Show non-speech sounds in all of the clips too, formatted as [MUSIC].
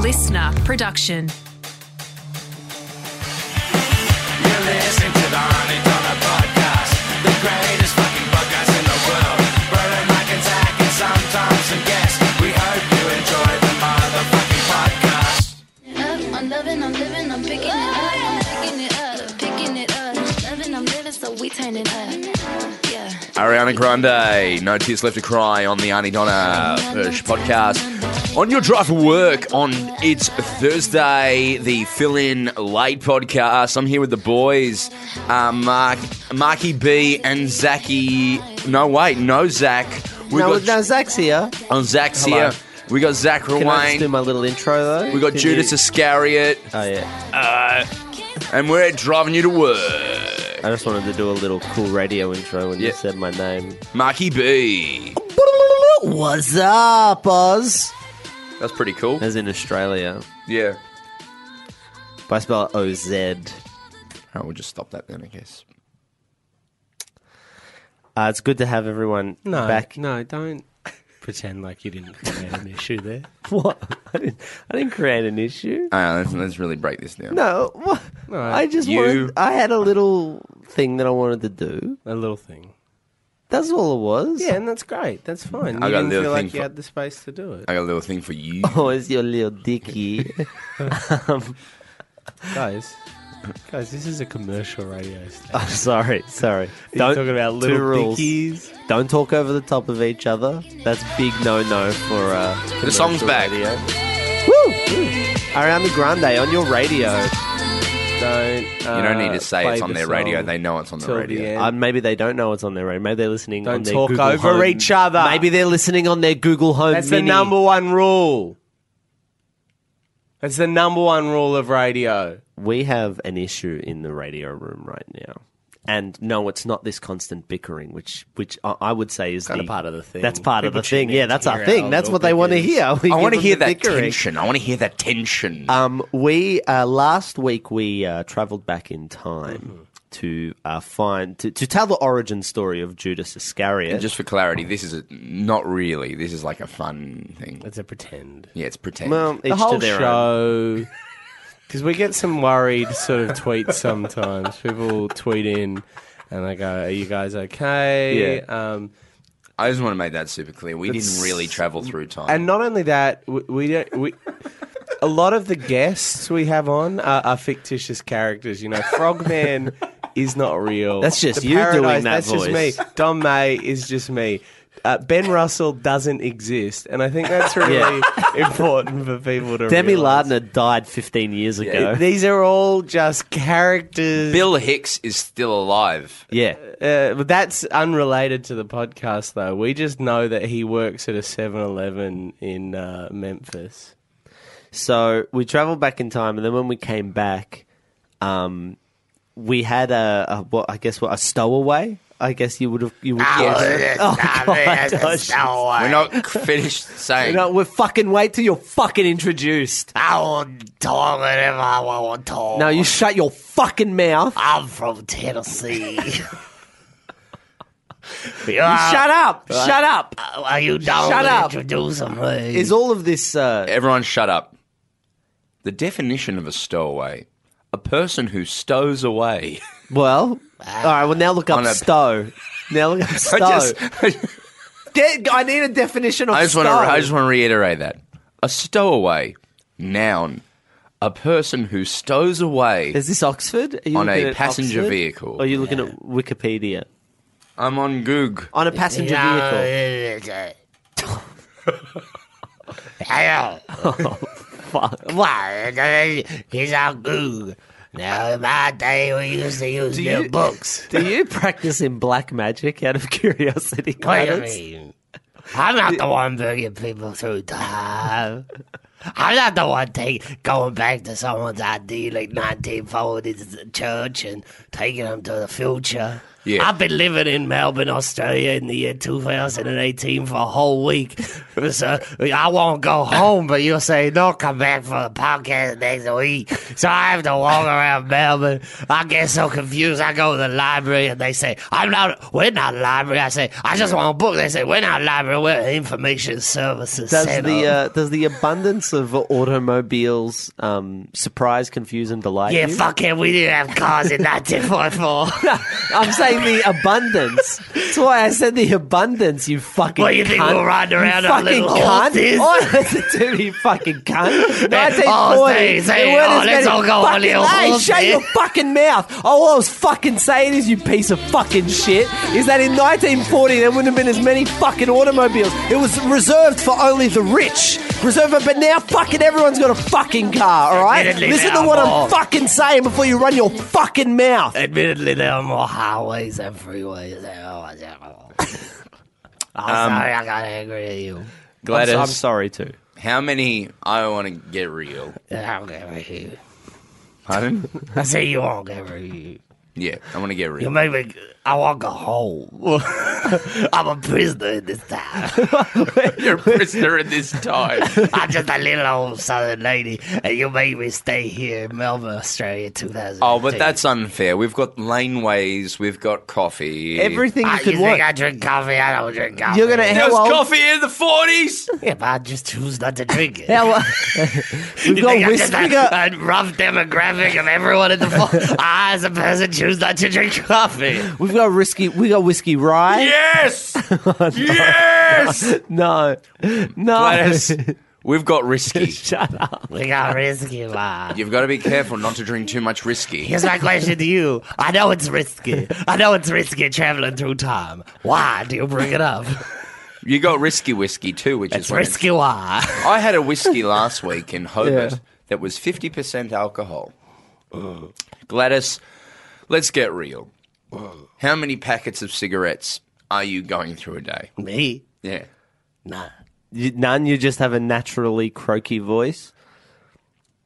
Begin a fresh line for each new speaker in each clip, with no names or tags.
listener production.
You listen to the Honey Dollar Podcast, the greatest fucking podcast in the world. Brian McIntyre and Sam Thompson guest. We hope you enjoy the motherfucking podcast.
up, I'm loving, I'm living, I'm picking it up, I'm picking it up, picking it up. Loving, I'm living, so we turn it up. Yeah.
Ariana Grande, No Tears Left to Cry on the Arnie Donna Push podcast. On your drive to work on It's Thursday, the fill in late podcast. I'm here with the boys, uh, Mark, Marky B, and Zachy. No, wait, no, Zach. We
no,
got
no, Zach's here.
on Zach's
Hello.
here. We got Zach
Can I just do
Rawain.
my little intro though?
We got
Can
Judas
you-
Iscariot,
Oh yeah.
and we're driving you to work.
I just wanted to do a little cool radio intro when
Yeah.
you said my name.
Marky B.
What's up, Oz?
That's pretty cool.
As in Australia,
Yeah.
If I spell O Z.
Oh, we'll just stop that then, I guess.
Uh, it's good to have everyone
No,
back. [LAUGHS]
no, don't [LAUGHS] pretend like you didn't create an issue there.
What? I didn't, I didn't create an issue.
Uh, let's, let's really break this down.
No, what? I just
You-
wanted. I had a little thing that I wanted to do.
A little thing. Mm.
That's all it was.
Yeah, and that's great. That's fine.
I got a
I didn't
little
feel
thing
like you
for-
had the space to do it.
[LAUGHS] I got a little thing for
[LAUGHS]
you.
[LAUGHS] Oh, it's your little dicky. [LAUGHS]
guys, guys, this is a commercial radio
[LAUGHS]
station.
I'm Oh, sorry, sorry.
You're talking about
two
little
rules.
dickies.
Don't talk over the top of each other. That's big no no for uh,
The song's
commercial
back.
Radio. Woo! Ariana Grande on your radio.
Don't.
You don't need
uh,
to say
play
it's on
the
their radio.
song
They know it's on the
till
radio.
the end.
Uh, maybe they don't know it's on their radio. Maybe they're listening. on
Don't
their
talk
Google
over
Home-
each other.
Maybe they're listening on their Google Home.
That's
Mini.
the number one rule. That's the number one rule of radio.
We have an issue in the radio room right now, and no, it's not this constant bickering, which which I, I would say is
Kinda
the-
part of the thing.
That's part
People
of the thing.
tune in
Yeah,
to
that's our
hear
thing.
our
That's
little
what they want to
bickers.
hear. [LAUGHS] We
I
give
want to
them
hear
the
that
bickering.
tension. I want to hear that tension.
Um, we uh, last week we uh, travelled back in time
Mm-hmm.
to uh, find to, to tell the origin story of Judas Iscariot.
And just for clarity, this is a, not really. This is like a fun thing.
That's a pretend.
Yeah, it's pretend.
well, each
the whole
to their own.
show. Because we get some worried sort of tweets sometimes. People tweet in and they go, "Are you guys okay?" Um,
I just want to make that super clear. We didn't
That's-
really travel through time.
and not only that, we, we don't. We, a lot of the guests we have on are, are fictitious characters. You know, Frogman is not real.
That's just
The
you doing that
That's
voice.
just me. Don May is just me. Uh, ben Russell doesn't exist, and I think that's really [LAUGHS] important for people to.
Demi
realize.
Lardner died 15 years ago. Yeah,
These are all just characters.
Bill Hicks is still alive.
Uh, but that's unrelated to the podcast, though. We just know that he works at a 7 Eleven in uh, Memphis.
So we travelled back in time, and then when we came back, um, we had a, a what I guess what a stowaway. I guess you would have you
Ah,
would call it. Oh, God, oh, shit.
We're not [LAUGHS] finished saying.
No, we're fucking wait till you're fucking introduced.
Ah.
I will talk whatever I want to talk.
Now you shut your fucking mouth.
Ah.
I'm from Tennessee.
Shut up! Shut up!
Are you done
Shut
with
up.
introducing me?
Is all of this uh,
Everyone, shut up. The definition of a stowaway: a person who stows away.
Well, all right. Well, now look up
Ah. On a-
stow. Now look up stow.
[LAUGHS] I just,
Get- I need a definition of
I just
stow.
want to. I just want to reiterate that a stowaway, noun, a person who stows away.
Is this Oxford? Are you
On
looking
a
at
passenger
Oxford?
vehicle.
Or are you looking at Wikipedia?
I'm on Goog.
On a passenger vehicle.
[LAUGHS] Hell.
Fuck.
Why? He's all good. Now, in my day, we used to use
Do
new
you-
books.
Do you practice in black magic out of [LAUGHS] curiosity?
What do you
Clarence?
mean? I'm not the one bringing people through time. I'm not the one take, going back to someone's idea like 1940s church and taking them to the future.
Yeah.
I've been living in Melbourne, Australia in the year 2018 for a whole week. [LAUGHS] so I won't go home, but you'll say, no, come back for the podcast next week. So I have to walk around Melbourne. I get so confused. I go to the library and they say, I'm not, we're not a library. I say, I just want a book. They say, we're not a library. We're an information services
Does
center.
the uh, does the abundance of automobiles um, surprise, confuse, and delight
yeah,
you?
fuck it. We didn't have cars
[LAUGHS]
in 1944.
I'm saying the
[LAUGHS]
abundance. That's why I said the abundance. You fucking.
What, you think
cunt.
we're riding around
you
on
fucking
little
cunt.
horses?
Oh, [LAUGHS] that's a dude, you fucking
[LAUGHS]
cunt. Nineteen
oh,
forty.
say, say, oh, let's all go on little
Hey, shut
horses.
your fucking mouth. Oh, all I was fucking saying is you piece of fucking shit. Is that in 1940 there wouldn't have been as many fucking automobiles. It was reserved for only the rich. Reserved, for- but now fucking everyone's got a fucking car. All right.
Admittedly,
Listen
they
to
are
what I'm
more.
fucking saying before you run your fucking mouth.
[LAUGHS] Admittedly, there are more highways than freeways.
[LAUGHS]
I'm
Um,
sorry, I got angry at you.
Gladys,
sorry too.
how many I want to get real?
I don't get angry at you.
Pardon?
I say you won't get angry at you.
yeah, I want to get real.
You make me. I want to go home. [LAUGHS] I'm a prisoner in this town.
[LAUGHS]
You're a prisoner at this time.
I'm just a little old southern lady, and you make me stay here in Melbourne, Australia, 2000.
Oh, but that's unfair. We've got laneways, we've got coffee.
Everything you
I, Ah, you
could
think
want.
I drink coffee? I don't drink coffee.
You're gonna
there was
Hello.
coffee in the forties.
Yeah, but I just choose not to drink it. [LAUGHS]
Now, uh, [LAUGHS] we've
You think
got
I'm just
whiskey. we got-
a, a rough demographic of everyone in the fall. I, as a person, choose not to drink coffee.
We've got whiskey. We got whiskey rye. [LAUGHS]
Yes, yes.
No, no. [LAUGHS]
Gladys, we've got risky.
Shut up.
We got risky, [LAUGHS]
[LAUGHS]
man.
You've got to be careful not to drink too much risky.
Here's my question to you. I know it's risky. I know it's risky traveling through time. Why do you bring it up?
You got risky whiskey too, which is
It's
when it-
risky. Why? [LAUGHS]
I had a whiskey last week in Hobart
Yeah.
that was 50% alcohol. Gladys, let's get real. How many packets of cigarettes are you going through a day?
Me?
Yeah.
Nah.
You, none. You just have a naturally croaky voice.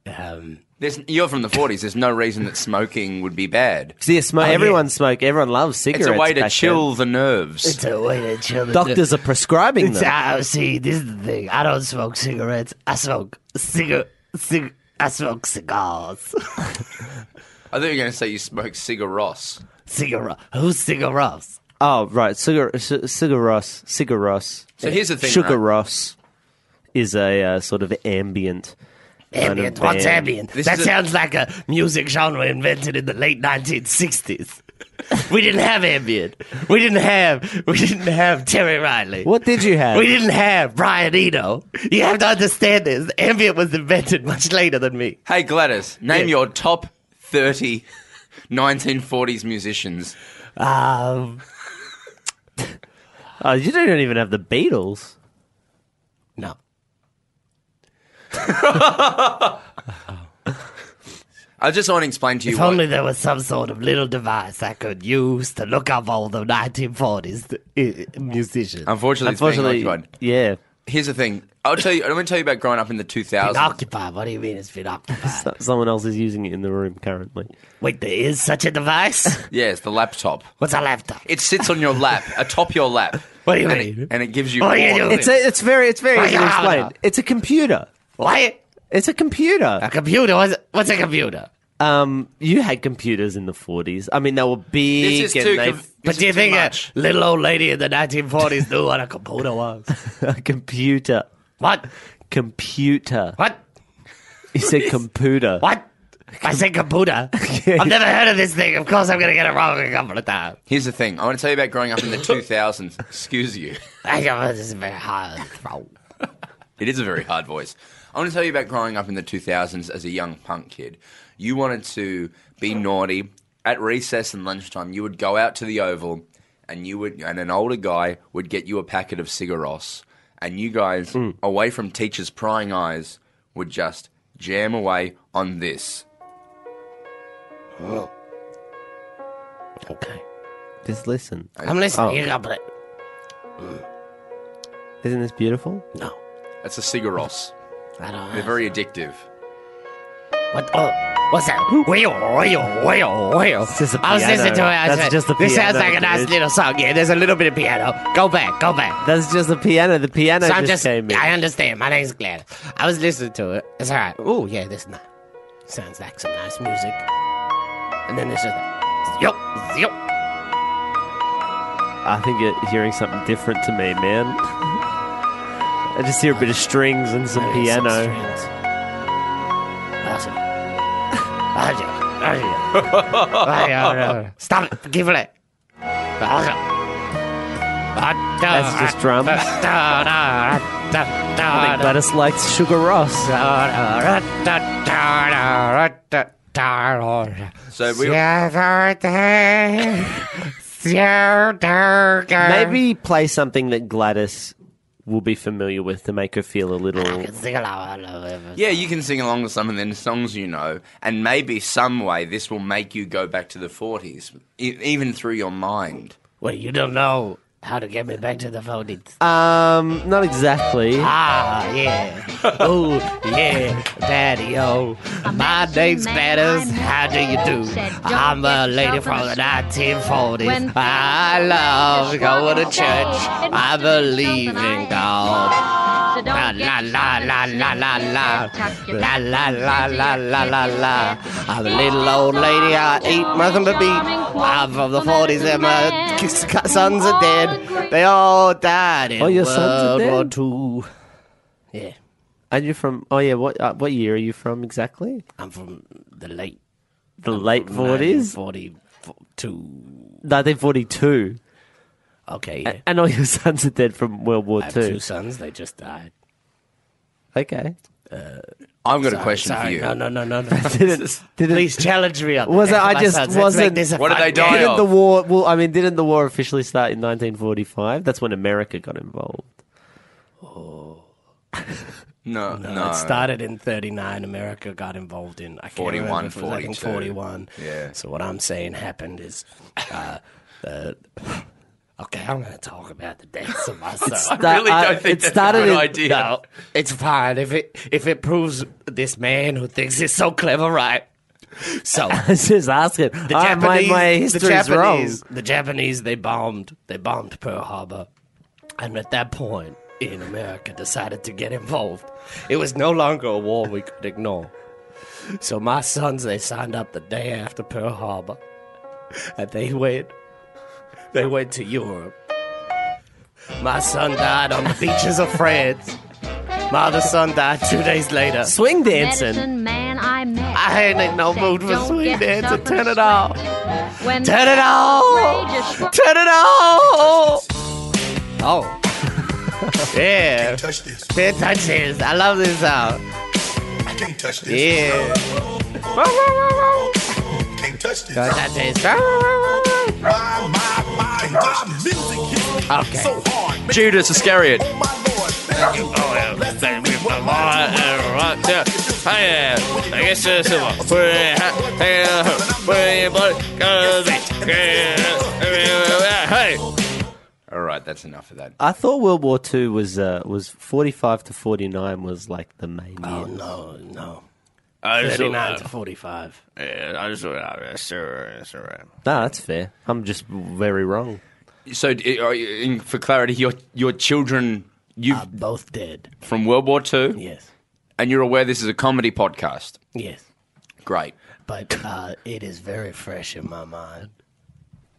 Um,
There's, you're from the 40s. There's no reason that smoking would be bad.
See, a smoke.
yeah.
everyone smoke. Everyone loves cigarettes.
Oh, It's a way to
back
chill the nerves.
it's a way to chill. the-
then. Doctors are prescribing
It's,
them.
uh, see, this is the thing. I don't smoke cigarettes. I smoke cigar. Cig- I smoke cigars. [LAUGHS]
I thought you were going to say you smoke cigaros.
cigar. Who's cigars?
Oh right, cigar, c- cigaros, cigaros.
So here's the thing,
Sugar
right?
Ross is a uh, sort of ambient. kind of
Ambient. What's
band.
ambient?
This
that
is a-
sounds like a music genre invented in the late
[LAUGHS]
1960s. we didn't have ambient. We didn't have. We didn't have Terry Riley.
What did
[LAUGHS]
you have?
We didn't have Brian Eno. You have to understand this. Ambient was invented much later than me.
Hey, Gladys, name
Yeah.
your top 30 1940s musicians.
Um,
oh, you don't even have the Beatles.
no.
I just want to explain to you
If
what-
only there was some sort of little device I could use to look up all the 1940s uh, musicians.
Unfortunately, it's being
Unfortunately,
occupied.
yeah.
Here's the thing. I'll tell you. I'm going to tell you about growing up in the 2000s.
been occupied. What do you mean it's been occupied?
So- Someone else is using it in the room currently.
Wait, there is such
[LAUGHS]
a device?
Yeah, it's the laptop.
What's a laptop?
It sits on your lap, atop your
[LAUGHS]
lap.
What do you
and
mean?
It, and it gives you.
What do you
porn.
do?
Oh, It's a, it's very it's very easy to
Yeah.
explain. It's a computer.
What?
It's a computer.
A computer? What's, what's a computer?
Um, Uh, you had computers in the forties. I mean, they were big.
This is
and
too.
they-
com- this
But
is
do you
too
think a
much.
little old lady in the 1940s knew what a computer
[LAUGHS]
was?
a computer.
What?
Computer.
What?
You said computer.
What? I said
[LAUGHS]
computer. I've never heard of this thing. Of course, I'm going to get it wrong a couple of times.
Here's the thing. I want to tell you about growing up in the 2000s. Excuse you.
I know this is
[LAUGHS]
very hard.
It is a very hard voice. I want to tell you about growing up in the 2000s as a young punk kid. You wanted to be naughty. At recess and lunchtime, you would go out to the Oval, and you would, and an older guy would get you a packet of cigaros, and you guys, away from teachers' prying eyes, would just jam away on this.
Okay.
Just listen.
I'm listening.
Oh.
You got it.
Isn't this beautiful?
No.
That's a cigaros.
I don't
They're
know.
very addictive.
What? Oh. What's that? oh, Wheel, wheel, wheel, wheel.
just a
oh. I was listening to it.
piano.
I
That's
said,
just the
This sounds
piano,
like a nice
dude."
little song. Yeah, there's a little bit of piano. Go back, go back.
That's just the piano. The piano
So I'm
just,
just,
came in.
I understand. My name's Glenn. I was listening to it. It's all right. Oh, yeah, this nice. Sounds like some nice music. And then there's just, yup, yup.
I think you're hearing something different to me, man. I just hear a bit of strings and some piano.
Stop it. Give it.
That's
That's [LAUGHS]
just drums. I think Gladys likes Sugar Ross.
So we-
Maybe
Maybe play something that Gladys will be familiar with to make her feel a little.
[LAUGHS]
Yeah, you can sing along with some of the songs you know, and maybe some way this will make you go back to the 40s, e- even through your mind.
Well, you don't know how to get me back to the phone.
Um, not exactly.
Ah, yeah. Oh, yeah, daddy oh. My name's Gladys. How do you do? I'm a lady from the 1940s. I love going to church. I believe in God.
So don't
La la
get
la la la la la. La la la la la la la. I'm a little old lady. I eat nothing but meat. I'm from the 40s and my [LAUGHS] k- sons are dead. They all died in
Oh, your sons are
World
dead?
War II. Yeah.
And you're from? Oh yeah. What uh, what year are you from exactly?
I'm from the late
The late forties,
1942.
nineteen forty-two.
Okay, yeah.
And all your [LAUGHS] sons are dead from World War
I have two
Uh, Two.
sons. They just died.
Okay.
I've got a question
Sorry,
for you.
no, no, no, no. no.
[LAUGHS] Didn't, didn't,
Please challenge me on
Was
this.
it- I
My
just
sons, let's
wasn't-
make this a
What did
fun
they die
game.
didn't the war? Well, I mean, didn't the war officially start in nineteen forty-five? That's when America got involved.
No, no.
[LAUGHS] It started in 39. America got involved in I can't
41,
remember if it was, I think
42.
41.
Yeah.
So what I'm saying happened is, uh, uh, [LAUGHS] okay, I'm going to talk about the
[LAUGHS]
deaths of my son.
I really
That- I-
don't think
it
that's
uh, started
a good
in- [LAUGHS]
idea.
No, it's fine if it if it proves this man who thinks he's so clever right. So
Let's just ask it. The
the
Japanese,
Japanese,
Ah, my, my
the
history's
Japanese,
wrong.
the Japanese, they bombed, they bombed Pearl Harbor, and at that point, in America, decided to get involved. It was no longer a war we could ignore. So my sons, they signed up the day after Pearl Harbor, and they went, they went to Europe. My son died on the beaches of France. My other son died two days later.
Swing dancing.
Medicine man I met.
I ain't in no
Said,
mood for
"Don't
swing
get stuck
dancing.
in
Turn
a
it off.
sweat. When
Turn it off.
outrageous sweat-
Turn it off. Oh. [LAUGHS] yeah.
touch this.
Can't touch this. I love this song.
I can't touch this.
Yeah.
Can't touch this.
Can't
My,
touch this.
my, my, my music hits me
Okay.
so hard. Man,
Judas Iscariot.
oh my lord. Thank you. Oh, yeah. Thank you. My,
I guess this is what. Hey,
All right, that's enough of that.
Uh,
I thought World War Two was uh, was forty-five to forty-nine was like the main
Oh,
year.
no, no.
I just
39 to 45.
I just uh, sure, sure.
No, that's fair. I'm just very wrong.
So, d- uh, are you- in- for clarity, your your children, you
I'm both dead.
from World War Two,
Yes.
and you're aware this is a comedy podcast.
Yes.
Great.
But uh, it is very fresh in my mind.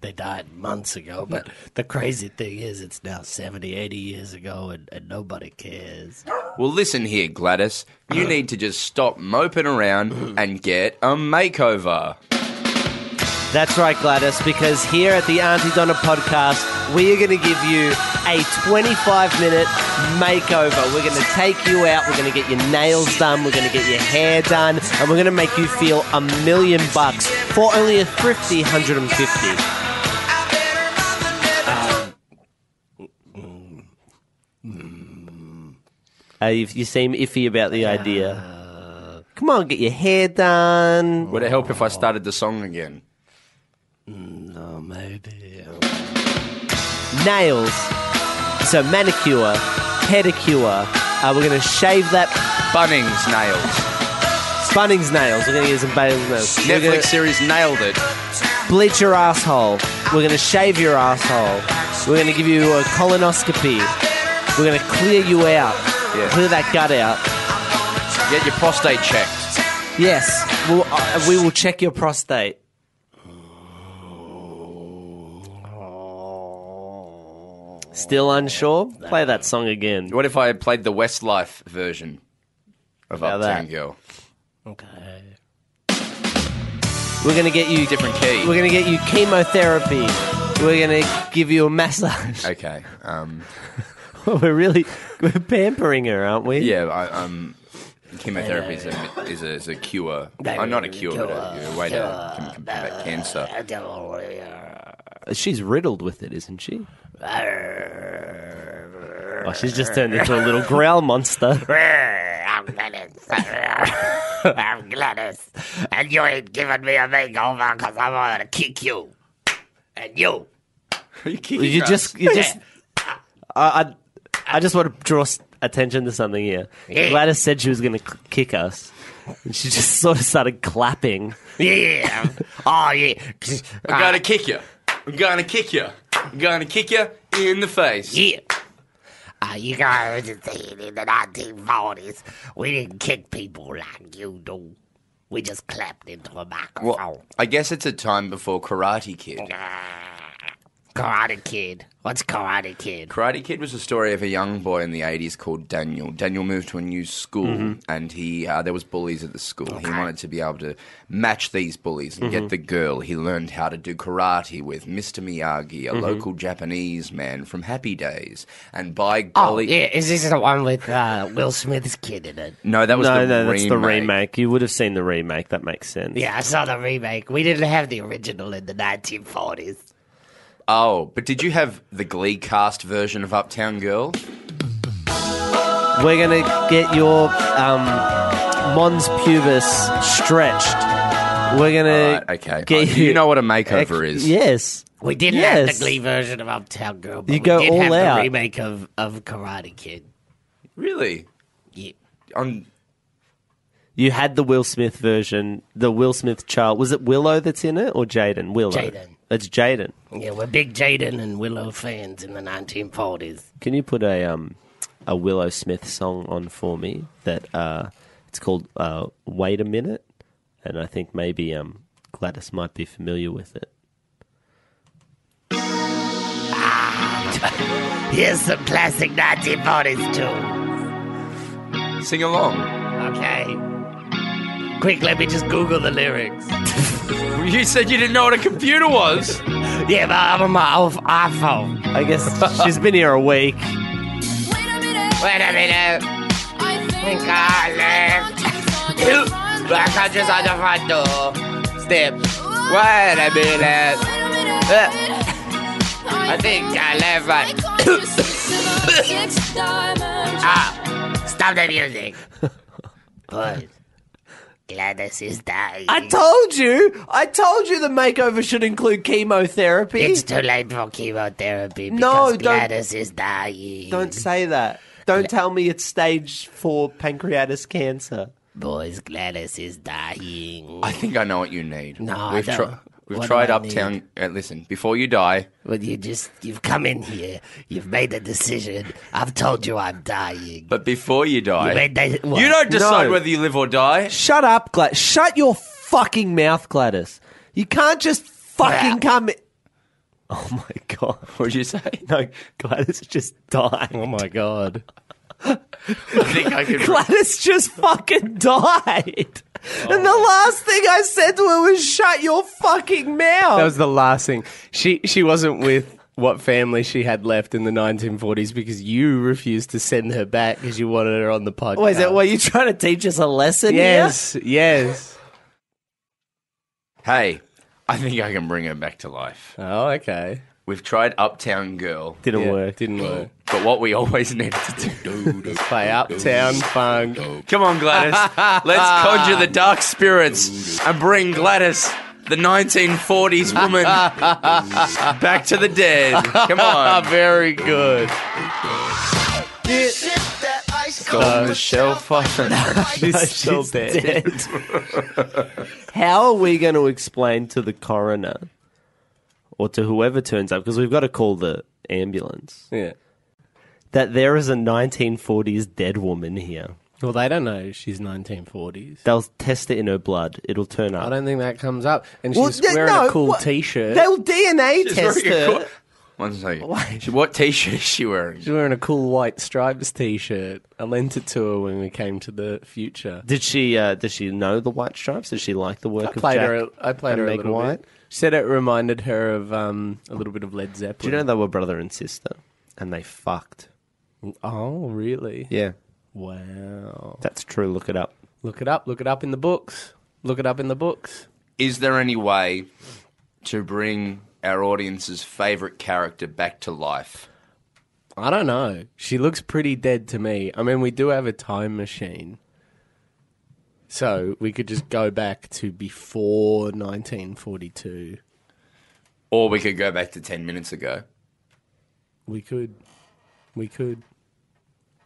They died months ago, but the crazy thing is, it's now 70, 80 years ago, and, and nobody cares.
Well, listen here, Gladys. You need to just stop moping around and get a makeover.
That's right, Gladys, because here at the Auntie Donna podcast, we are going to give you a 25 minute makeover. We're going to take you out, we're going to get your nails done, we're going to get your hair done, and we're going to make you feel a million bucks for only a thrifty 150. Um, mm, Uh, you, you seem iffy about the idea. Come on, get your hair done.
Would it help if I started the song again?
Oh, maybe.
nails. So manicure, pedicure. Uh, we're going to shave that.
Bunnings nails.
Bunnings nails. We're gonna get some Bunnings nails. We're
Netflix
gonna
series nailed it.
bleach your asshole. We're gonna shave your asshole. We're gonna give you a colonoscopy. We're gonna clear you out.
Yeah.
Clear that gut out.
Get your prostate checked.
Yes, we'll, uh, we will check your prostate. Oh. Still unsure? Play that song again.
What if I played the Westlife version of
About
Uptown
that.
Girl?
Okay.
We're gonna get you.
Different key.
We're gonna get you chemotherapy. We're gonna give you a massage. [LAUGHS]
Okay. Um,
we're really we're pampering her, aren't we?
yeah. I, um, chemotherapy is a, is a, is a cure. Uh, not a cure, but a, a way to com- combat cancer.
She's riddled with it, isn't she? Oh, she's just turned into a little growl monster.
[LAUGHS] I'm Gladys. [LAUGHS] I'm Gladys. And you ain't giving me a makeover because I'm going to kick you. And you. [LAUGHS]
Are you kidding
You
us?
just, you
[LAUGHS]
just. I, I, I just want to draw s- attention to something here.
Yeah.
Gladys said she was going to kick us, and she just [LAUGHS] sort of started clapping.
Yeah. oh, yeah.
Ah.
I'm gonna kick you. I'm gonna kick you. I'm gonna kick you in the face.
Yeah. Uh, you guys are saying in the 1940s, we didn't kick people like you do. We just clapped into a microphone.
Well, I guess it's a time before Karate Kid.
Ah.
Karate Kid. What's Karate Kid?
Karate Kid was a story of a young boy in the 80s called Daniel. Daniel moved to a new school
Mm-hmm.
and he uh, there was bullies at the school. He wanted to be able to match these bullies and
Mm-hmm.
get the girl. He learned how to do karate with Mr. Miyagi,
Mm-hmm.
a local Japanese man from Happy Days. And by
Oh,
golly,
yeah. Is this the one with uh, Will Smith's kid in it?
no, that was
no,
the
no,
remake.
that's the remake. You would have seen the remake. That makes sense.
Yeah, I saw the remake. We didn't have the original in the 1940s.
Oh, but did you have the Glee cast version of Uptown Girl?
We're gonna get your um, mons pubis stretched. We're gonna
Right, okay.
get
Uh, do you know what a makeover is?
Yes.
We didn't have
Yes.
the Glee version of Uptown Girl. But
You
we
go
did
all
have
out.
The remake of, of Karate Kid.
Really?
Yeah.
On
You had the Will Smith version, the Will Smith child. Was it Willow that's in it or Jaden? Willow.
Jaden.
It's Jaden.
Yeah, we're big Jaden and Willow fans in the 1940s.
Can you put a um a Willow Smith song on for me that uh it's called uh Wait a Minute and I think maybe um Gladys might be familiar with it.
Here's some classic 1940s too.
sing along.
Okay. Quick, let me just Google the lyrics.
You said you didn't know what a computer was.
Yeah, but I'm on my old iPhone.
I guess she's been here a week.
Wait a minute. Think I left. Black hundreds on the front door. Step. Wait a minute. I think I left right. Ah, stop the music. [LAUGHS] But Gladys is dying.
I told you. I told you the makeover should include chemotherapy.
It's too late for chemotherapy
No,
because
don't-
Gladys is dying.
Don't say that. Don't tell me it's stage 4 pancreatitis cancer.
Boys, Gladys is dying.
I think I know what you need.
No, I
we've,
don't.
tri- we've
What do
tried
I
Uptown. Uh, listen, before you die,
But you just, you've come in here. You've made a decision. I've told you I'm dying.
but before you die,
You
you,
made that. what?
don't decide
No.
whether you live or
[LAUGHS]
die.
Shut up, Gladys. Shut your fucking mouth, Gladys. You can't just fucking come. Oh my god.
What'd you say?
No, Gladys just died.
Oh my god.
I think I could.
Gladys just fucking died. And the last thing I said to her was, shut your fucking mouth.
That was the last thing. She she wasn't with what family she had left in the 1940s because you refused to send her back because you wanted her on the
Wait,
podcast.
Oh, is that, were you trying to teach us a lesson?
Yes, yes.
[LAUGHS] hey, I think I can bring her back to life.
Oh, okay.
We've tried Uptown Girl,
Here? Didn't
Yeah,
work.
Didn't work.
but what we always [LAUGHS] needed to do.
Play Uptown Funk.
Come on, Gladys. [LAUGHS] Let's conjure the dark spirits and bring Gladys. The 1940s woman [LAUGHS] back to the
Ah,
dead. Come on.
Very good.
Get
That ice
called
Oh,
Michelle Pfeiffer.
She's still dead. How are we going to explain to the coroner or to whoever turns up, because we've got to call the ambulance,
yeah.
that there is a 1940s dead woman here?
Well, they don't know she's 1940s.
They'll test it in her blood. It'll turn up.
I don't think that comes up. And
Well,
she's
yeah,
wearing
no,
a cool
what-
t-shirt.
They'll DNA test
wearing a
her.
cool- One second. She- What t-shirt is she wearing?
She's wearing a cool white stripes t-shirt. I lent it to her when we came to the future.
Did she? Uh, did she know the White Stripes? Did she like the work
I
of
played
Jack?
her. I played
and
her a
Meg
little
White?
bit. She said it reminded her of um, a little bit of Led
Do you
Zeppelin.
know they were brother and sister, and they fucked?
Oh, really?
Yeah,
Wow.
that's true. Look it up.
Look it up. Look it up in the books. Look it up in the books.
Is there any way to bring our audience's favorite character back to life?
I don't know. She looks pretty dead to me. I mean, we do have a time machine. So we could just go back to before 1942.
Or we could go back to 10 minutes ago.
We could. We could.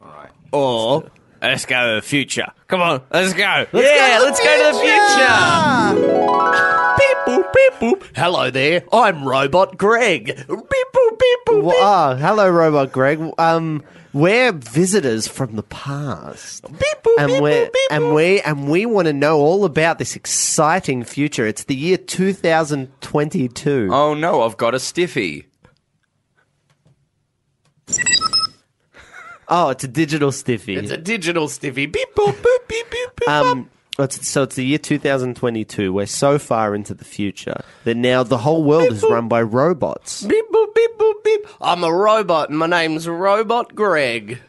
All right.
Or
Let's go to the future. Come on, let's go.
yeah, let's go to the future.
Beep boop, beep boop. Hello there. I'm Robot Greg. Beep boop, beep boop.
Wha- ah, hello, Robot Greg. Um, we're visitors from the past,
Beep boop,
and
beep
we
boop, beep boop.
and we and we want to know all about this exciting future. It's the year two thousand twenty-two.
Oh no, I've got a stiffy.
Oh, it's a digital stiffy.
It's a digital stiffy. Beep boop, boop, beep beep beep.
um, it's, so it's the year 2022. We're so far into the future that now the whole world is run by robots.
Beep boop, beep boop, beep. I'm a robot and my name's Robot Greg.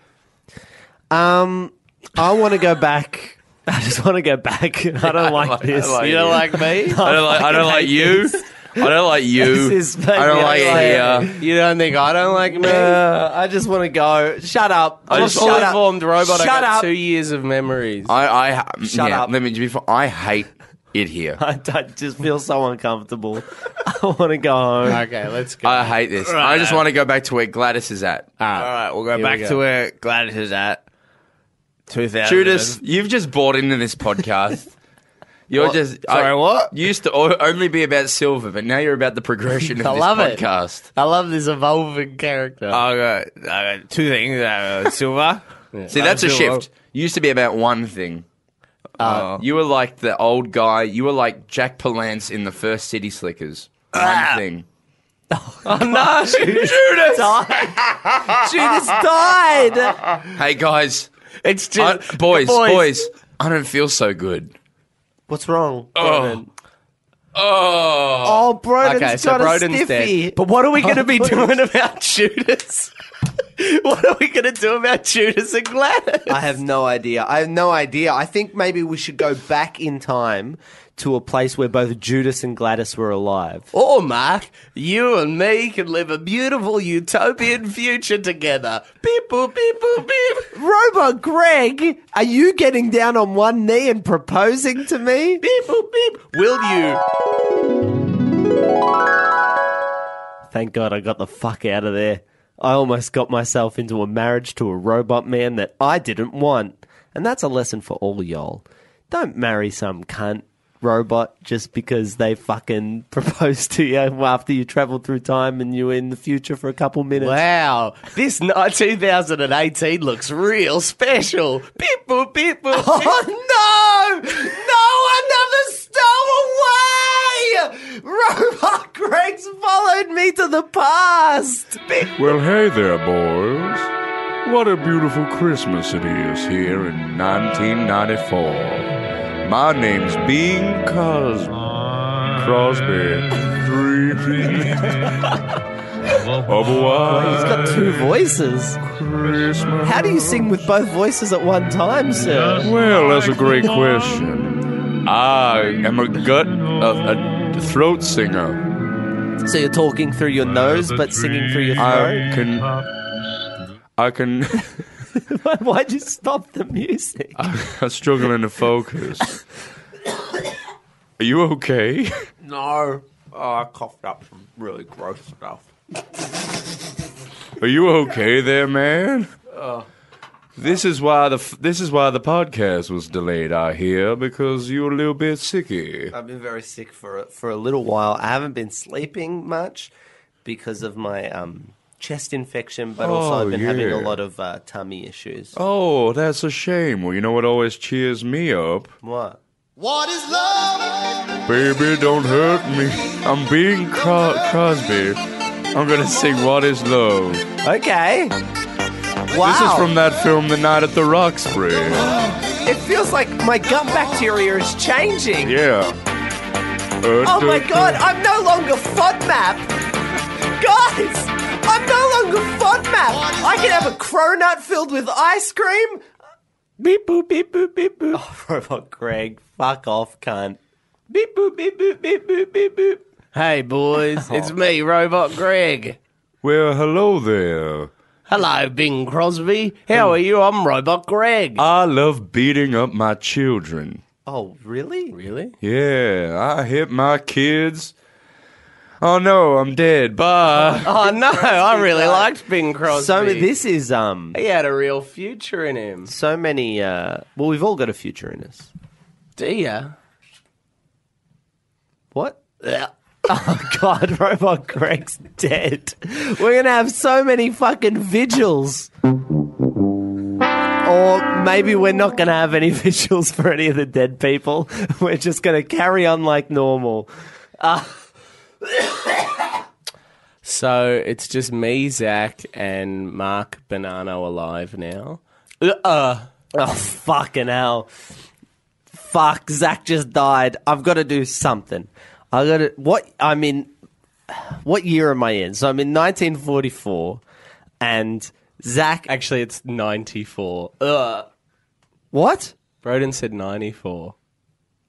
Um, I want to go back. I just want to go back. [LAUGHS] I don't
[LAUGHS]
like this.
like
You don't
[LAUGHS]
like me?
I don't like, I don't like [LAUGHS] you. I don't like you.
This
[LAUGHS]
is
I don't like
fucking
it here.
You don't think I don't like me?
Uh, I just want to go. Shut up.
I'm a
just shut
fully
up.
formed robot. I
Shut
got
up.
two years of memories.
I, I
Shut
yeah,
up.
Let me before I hate it [LAUGHS] here.
I, I just feel so uncomfortable. [LAUGHS] I want to go home.
okay, let's go.
I hate this. I just want to go back to where Gladys is at. Ah.
All right, we'll go
Back to where Gladys is at. 2000.
Judas, you've just bought into this
[LAUGHS]
podcast. You're just sorry.
what?
Used to o- only be about silver, but now you're about the
[LAUGHS]
progression of
I
this
love it. [LAUGHS]
podcast. Oh,
I love this evolving character.
Uh,
I got, I got two things. I got silver.
See, that's a
Love silver. [LAUGHS]
shift. You used to be about one thing.
Uh,
Uh, you were like the old guy. You were like Jack Palance in the first City Slickers. One
Ah.
thing.
no, [LAUGHS] Judas died. Judas died.
Hey guys,
it's
I-
just
boys,
boys.
boys, I don't feel so good.
What's wrong?
Oh. Oh.
Oh, Broden's
Okay,
okay,
so
got
Broden's
a stiffy. Oh,
dead. But what are we
[LAUGHS]
going to be doing about Judas? [LAUGHS] what are we going to do about Judas and Gladys?
I have no idea. I have no idea. I think maybe we should go back in time to a place where both Judas and Gladys were alive.
Or, Mark, you and me can live a beautiful utopian future together. Beep, boop, beep, boop, beep.
Robot Greg, are you getting down on one knee and proposing to me?
Beep, boop, beep. Will you?
Thank God I got the fuck out of there. I almost got myself into a marriage to a robot man that I didn't want. And that's a lesson for all y'all. Don't marry some cunt robot just because they fucking [LAUGHS] proposed to you after you traveled through time and you were in the future for a couple minutes.
Wow, this n- [LAUGHS] 2018 looks real special. Beep, boop, beep, boop.
[LAUGHS] Oh no! No, another stowaway! [LAUGHS] Robot Greg's followed me to the past.
Well, hey there, boys. What a beautiful Christmas it is here in 1994. My name's Bing Cosby. Crosby. Creepy.
He's
Otherwise,
got two voices.
Christmas.
How do you sing with both voices at one time, sir?
Well, that's a great question.
Ah,
I am a gut of a throat singer.
So you're talking through your nose but singing through your
I
throat?
can. I
[LAUGHS]
can.
[LAUGHS] Why'd you stop the music?
I'm struggling to focus. Are you okay?
No. Oh, I coughed up some really gross stuff. Uh.
Are you okay there, man?
This is why the f- this is why the podcast was delayed. I hear because you're a little bit sicky.
Uh.
I've been very sick for a, for a little while. I haven't been sleeping much because of my um, chest infection, but also
Oh,
I've been having a
yeah.
lot of uh, tummy issues.
Oh, that's a shame. Well, you know what always cheers me up?
What?
Baby, don't hurt me. I'm being Cro- Crosby. I'm gonna sing "What Is Love."
Okay. Wow.
This is from that film, The Night at the Roxbury.
It feels like my gut bacteria is changing.
Yeah.
Oh my god, I'm no longer FODMAP! Guys! I'm no longer FODMAP! I can have a cronut filled with ice cream! Beep boop, beep boop, beep boop. Oh, [LAUGHS] Robot Greg, fuck off, cunt. Beep boop, beep boop, beep boop, beep boop.
Hey, boys, it's me, Robot Greg.
Well, hello there.
Hello, Bing Crosby. How are you? I'm Robot Greg.
I love beating up my children.
Oh, really?
really?
Yeah, I hit my kids. Oh no, I'm dead. Bye.
Oh, [LAUGHS] no, I really liked Bing Crosby.
So this is, um,
He had a real future in him.
so many, uh, well, we've all got a future in us.
Do ya?
What? [LAUGHS] Oh God, [LAUGHS] Robot Greg's dead. We're gonna have so many fucking vigils. Or maybe we're not gonna have any [LAUGHS] vigils for any of the dead people. We're just gonna carry on like normal.
So it's just me, Zach, and Mark Bonanno alive now. Uh,
Oh fucking hell. Fuck, Zach just died. I've gotta do something. I gotta what I mean what year am I in? So I'm in nineteen forty four and Zach
actually, it's 94. Uh,
What?
Broden said 94.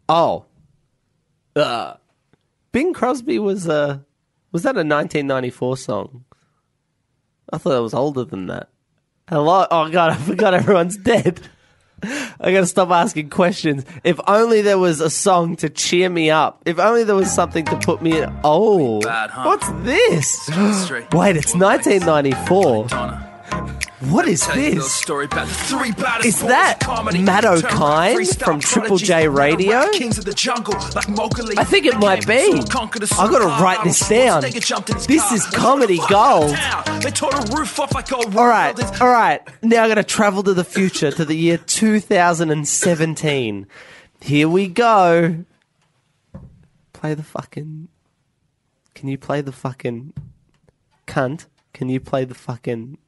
Oh. Bing Crosby was uh was that a 1994 song? I thought it was older than that. Hello. Oh god, I forgot [LAUGHS] everyone's dead. I gotta stop asking questions. If only there was a song to cheer me up. If only there was something to put me in. Oh,
Bad, huh?
what's this?
Straight.
Wait, it's 1994.
Donna.
What is
Tell you a little
this?
story about the three baddest
Is
forms
that
of comedy.
Matt
Turn rock
O'Kine
freestyle
from Triple J
prodigies,
Radio?
rap Kings of the jungle, like Mocha Lee.
I think it
They
might
came
be.
to conquer the
I gotta
superpower.
write this down.
They jumped in his
This
car.
is
They tore
comedy
the fuck out
gold.
of town. They tore the roof off like old
All right, all right. Now I'm going to travel to the future to the year 2017. Here we go. Play the fucking. Can you play the fucking. Cunt? Can you play the fucking.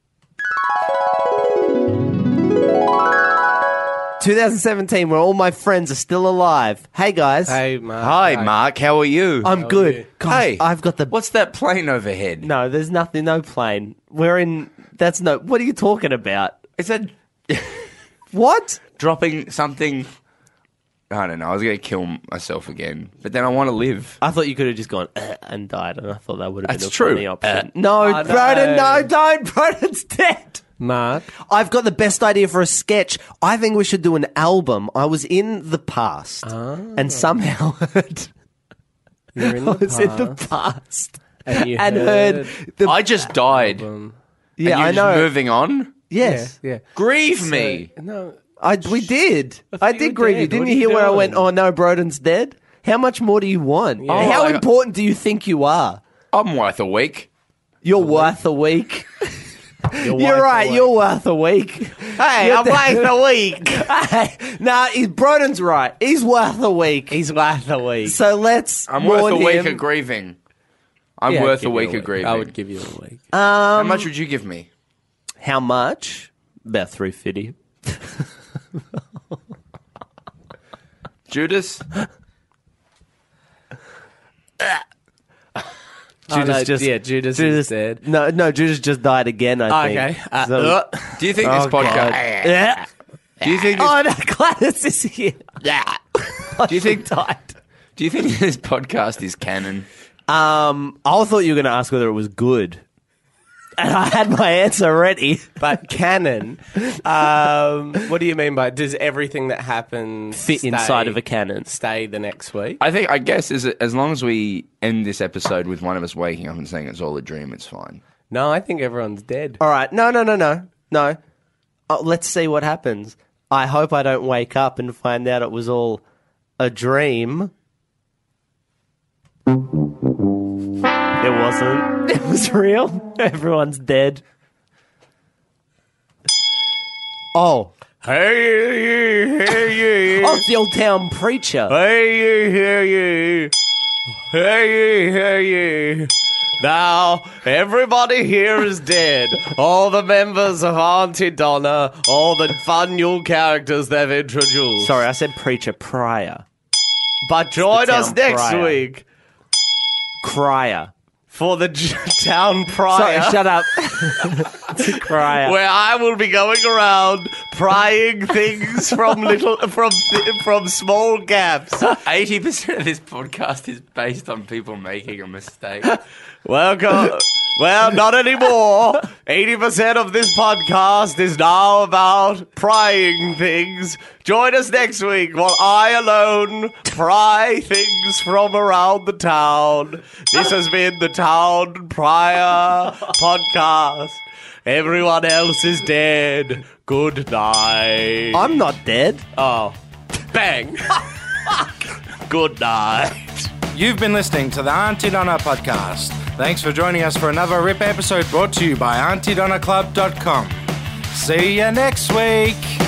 2017, where all my friends are still alive. Hey guys.
Hey, Mark.
Hi, Mark. How are you?
I'm
you?
good. God,
Hey.
I've got the.
What's that plane overhead?
No, there's nothing. No plane. We're in. That's no. What are you talking about?
Is that
What?
dropping something? I don't know. I was going to kill myself again, but then I want to live.
I thought you could have just gone "Eh," and died, and I thought that would have been
That's
a
true.
funny option. no,
no.
Broden, no, don't. Broden's dead.
Mark.
I've got the best idea for a sketch. I think we should do an album. I was in the past, and somehow [LAUGHS] heard,
[LAUGHS] You're in
I
the
was in the
past,
past
and, you
and heard the.
I just died.
um,
yeah,
You're
I
just
know.
Moving on.
Yes,
Yeah.
Grieve me.
No.
I, we did.
thought
I
you
did
were
grieve you.
dead.
Didn't
What
you
are
hear
you
when I
doing?
went? Oh no, Broden's dead. How much more do you want?
Yeah.
How
I got-
important do you think you are?
I'm worth a week.
You're worth a week. You're
worth
right.
a
You're worth a week. [LAUGHS] Hey, I'm worth a week. [LAUGHS] hey, nah, he, Broden's right. He's worth a week.
He's worth a week.
so let's.
I'm worth
warn
a week
him.
of grieving. I'm
Yeah, I'd
worth a
give you
week of grieving.
I would give you a week.
How much would you give me?
How much? About three fifty.
Judas?
Judas
no,
just.
yeah, Judas,
Judas
is dead.
No, no, Judas just died again. I
Okay.
think.
Uh,
So-
uh,
Do you think this podcast
[LAUGHS] yeah.
Do you think this,
Oh no, Gladys is here. Yeah.
do you think
died.
do you think [LAUGHS] this podcast is canon?
Um, I thought you were going to ask whether it was good, and I had my answer ready.
But canon, um, what do you mean by does everything that happens
Fit
stay-
inside of a cannon.
stay the next week?
I think I guess is as long as we end this episode with one of us waking up and saying it's all a dream, it's fine.
No, I think everyone's dead.
All right. No, no, no, no, no. oh, let's see what happens. I hope I don't wake up and find out it was all a dream. It wasn't. [LAUGHS] It was real. [LAUGHS] Everyone's dead. Oh.
Hey, hey,
Oh, it's the old town preacher.
Hey, hear ye. Hey, ye, hear ye.
Now, everybody here is dead. All the members of Auntie Donna, all the fun new characters they've introduced.
Sorry, I said preacher prior.
But join
the
us
town
next
crier.
week
Crier.
for the [LAUGHS] j- town
Sorry,
prior.
shut up. [LAUGHS] it's a crier.
where I will be going around prying things from little from th- from small
[LAUGHS]
gaps.
Eighty percent of this podcast is based on people making a mistake.
Welcome. Well, not anymore. 80% of this podcast is now about prying things. Join us next week while I alone pry things from around the town. This has been the Town Prior Podcast. Everyone else is dead. Good night.
I'm not dead.
Oh, bang. [LAUGHS] Good night.
You've been listening to the Auntie Donna podcast. Thanks for joining us for another RIP episode brought to you by AuntieDonnaClub.com. See you next week.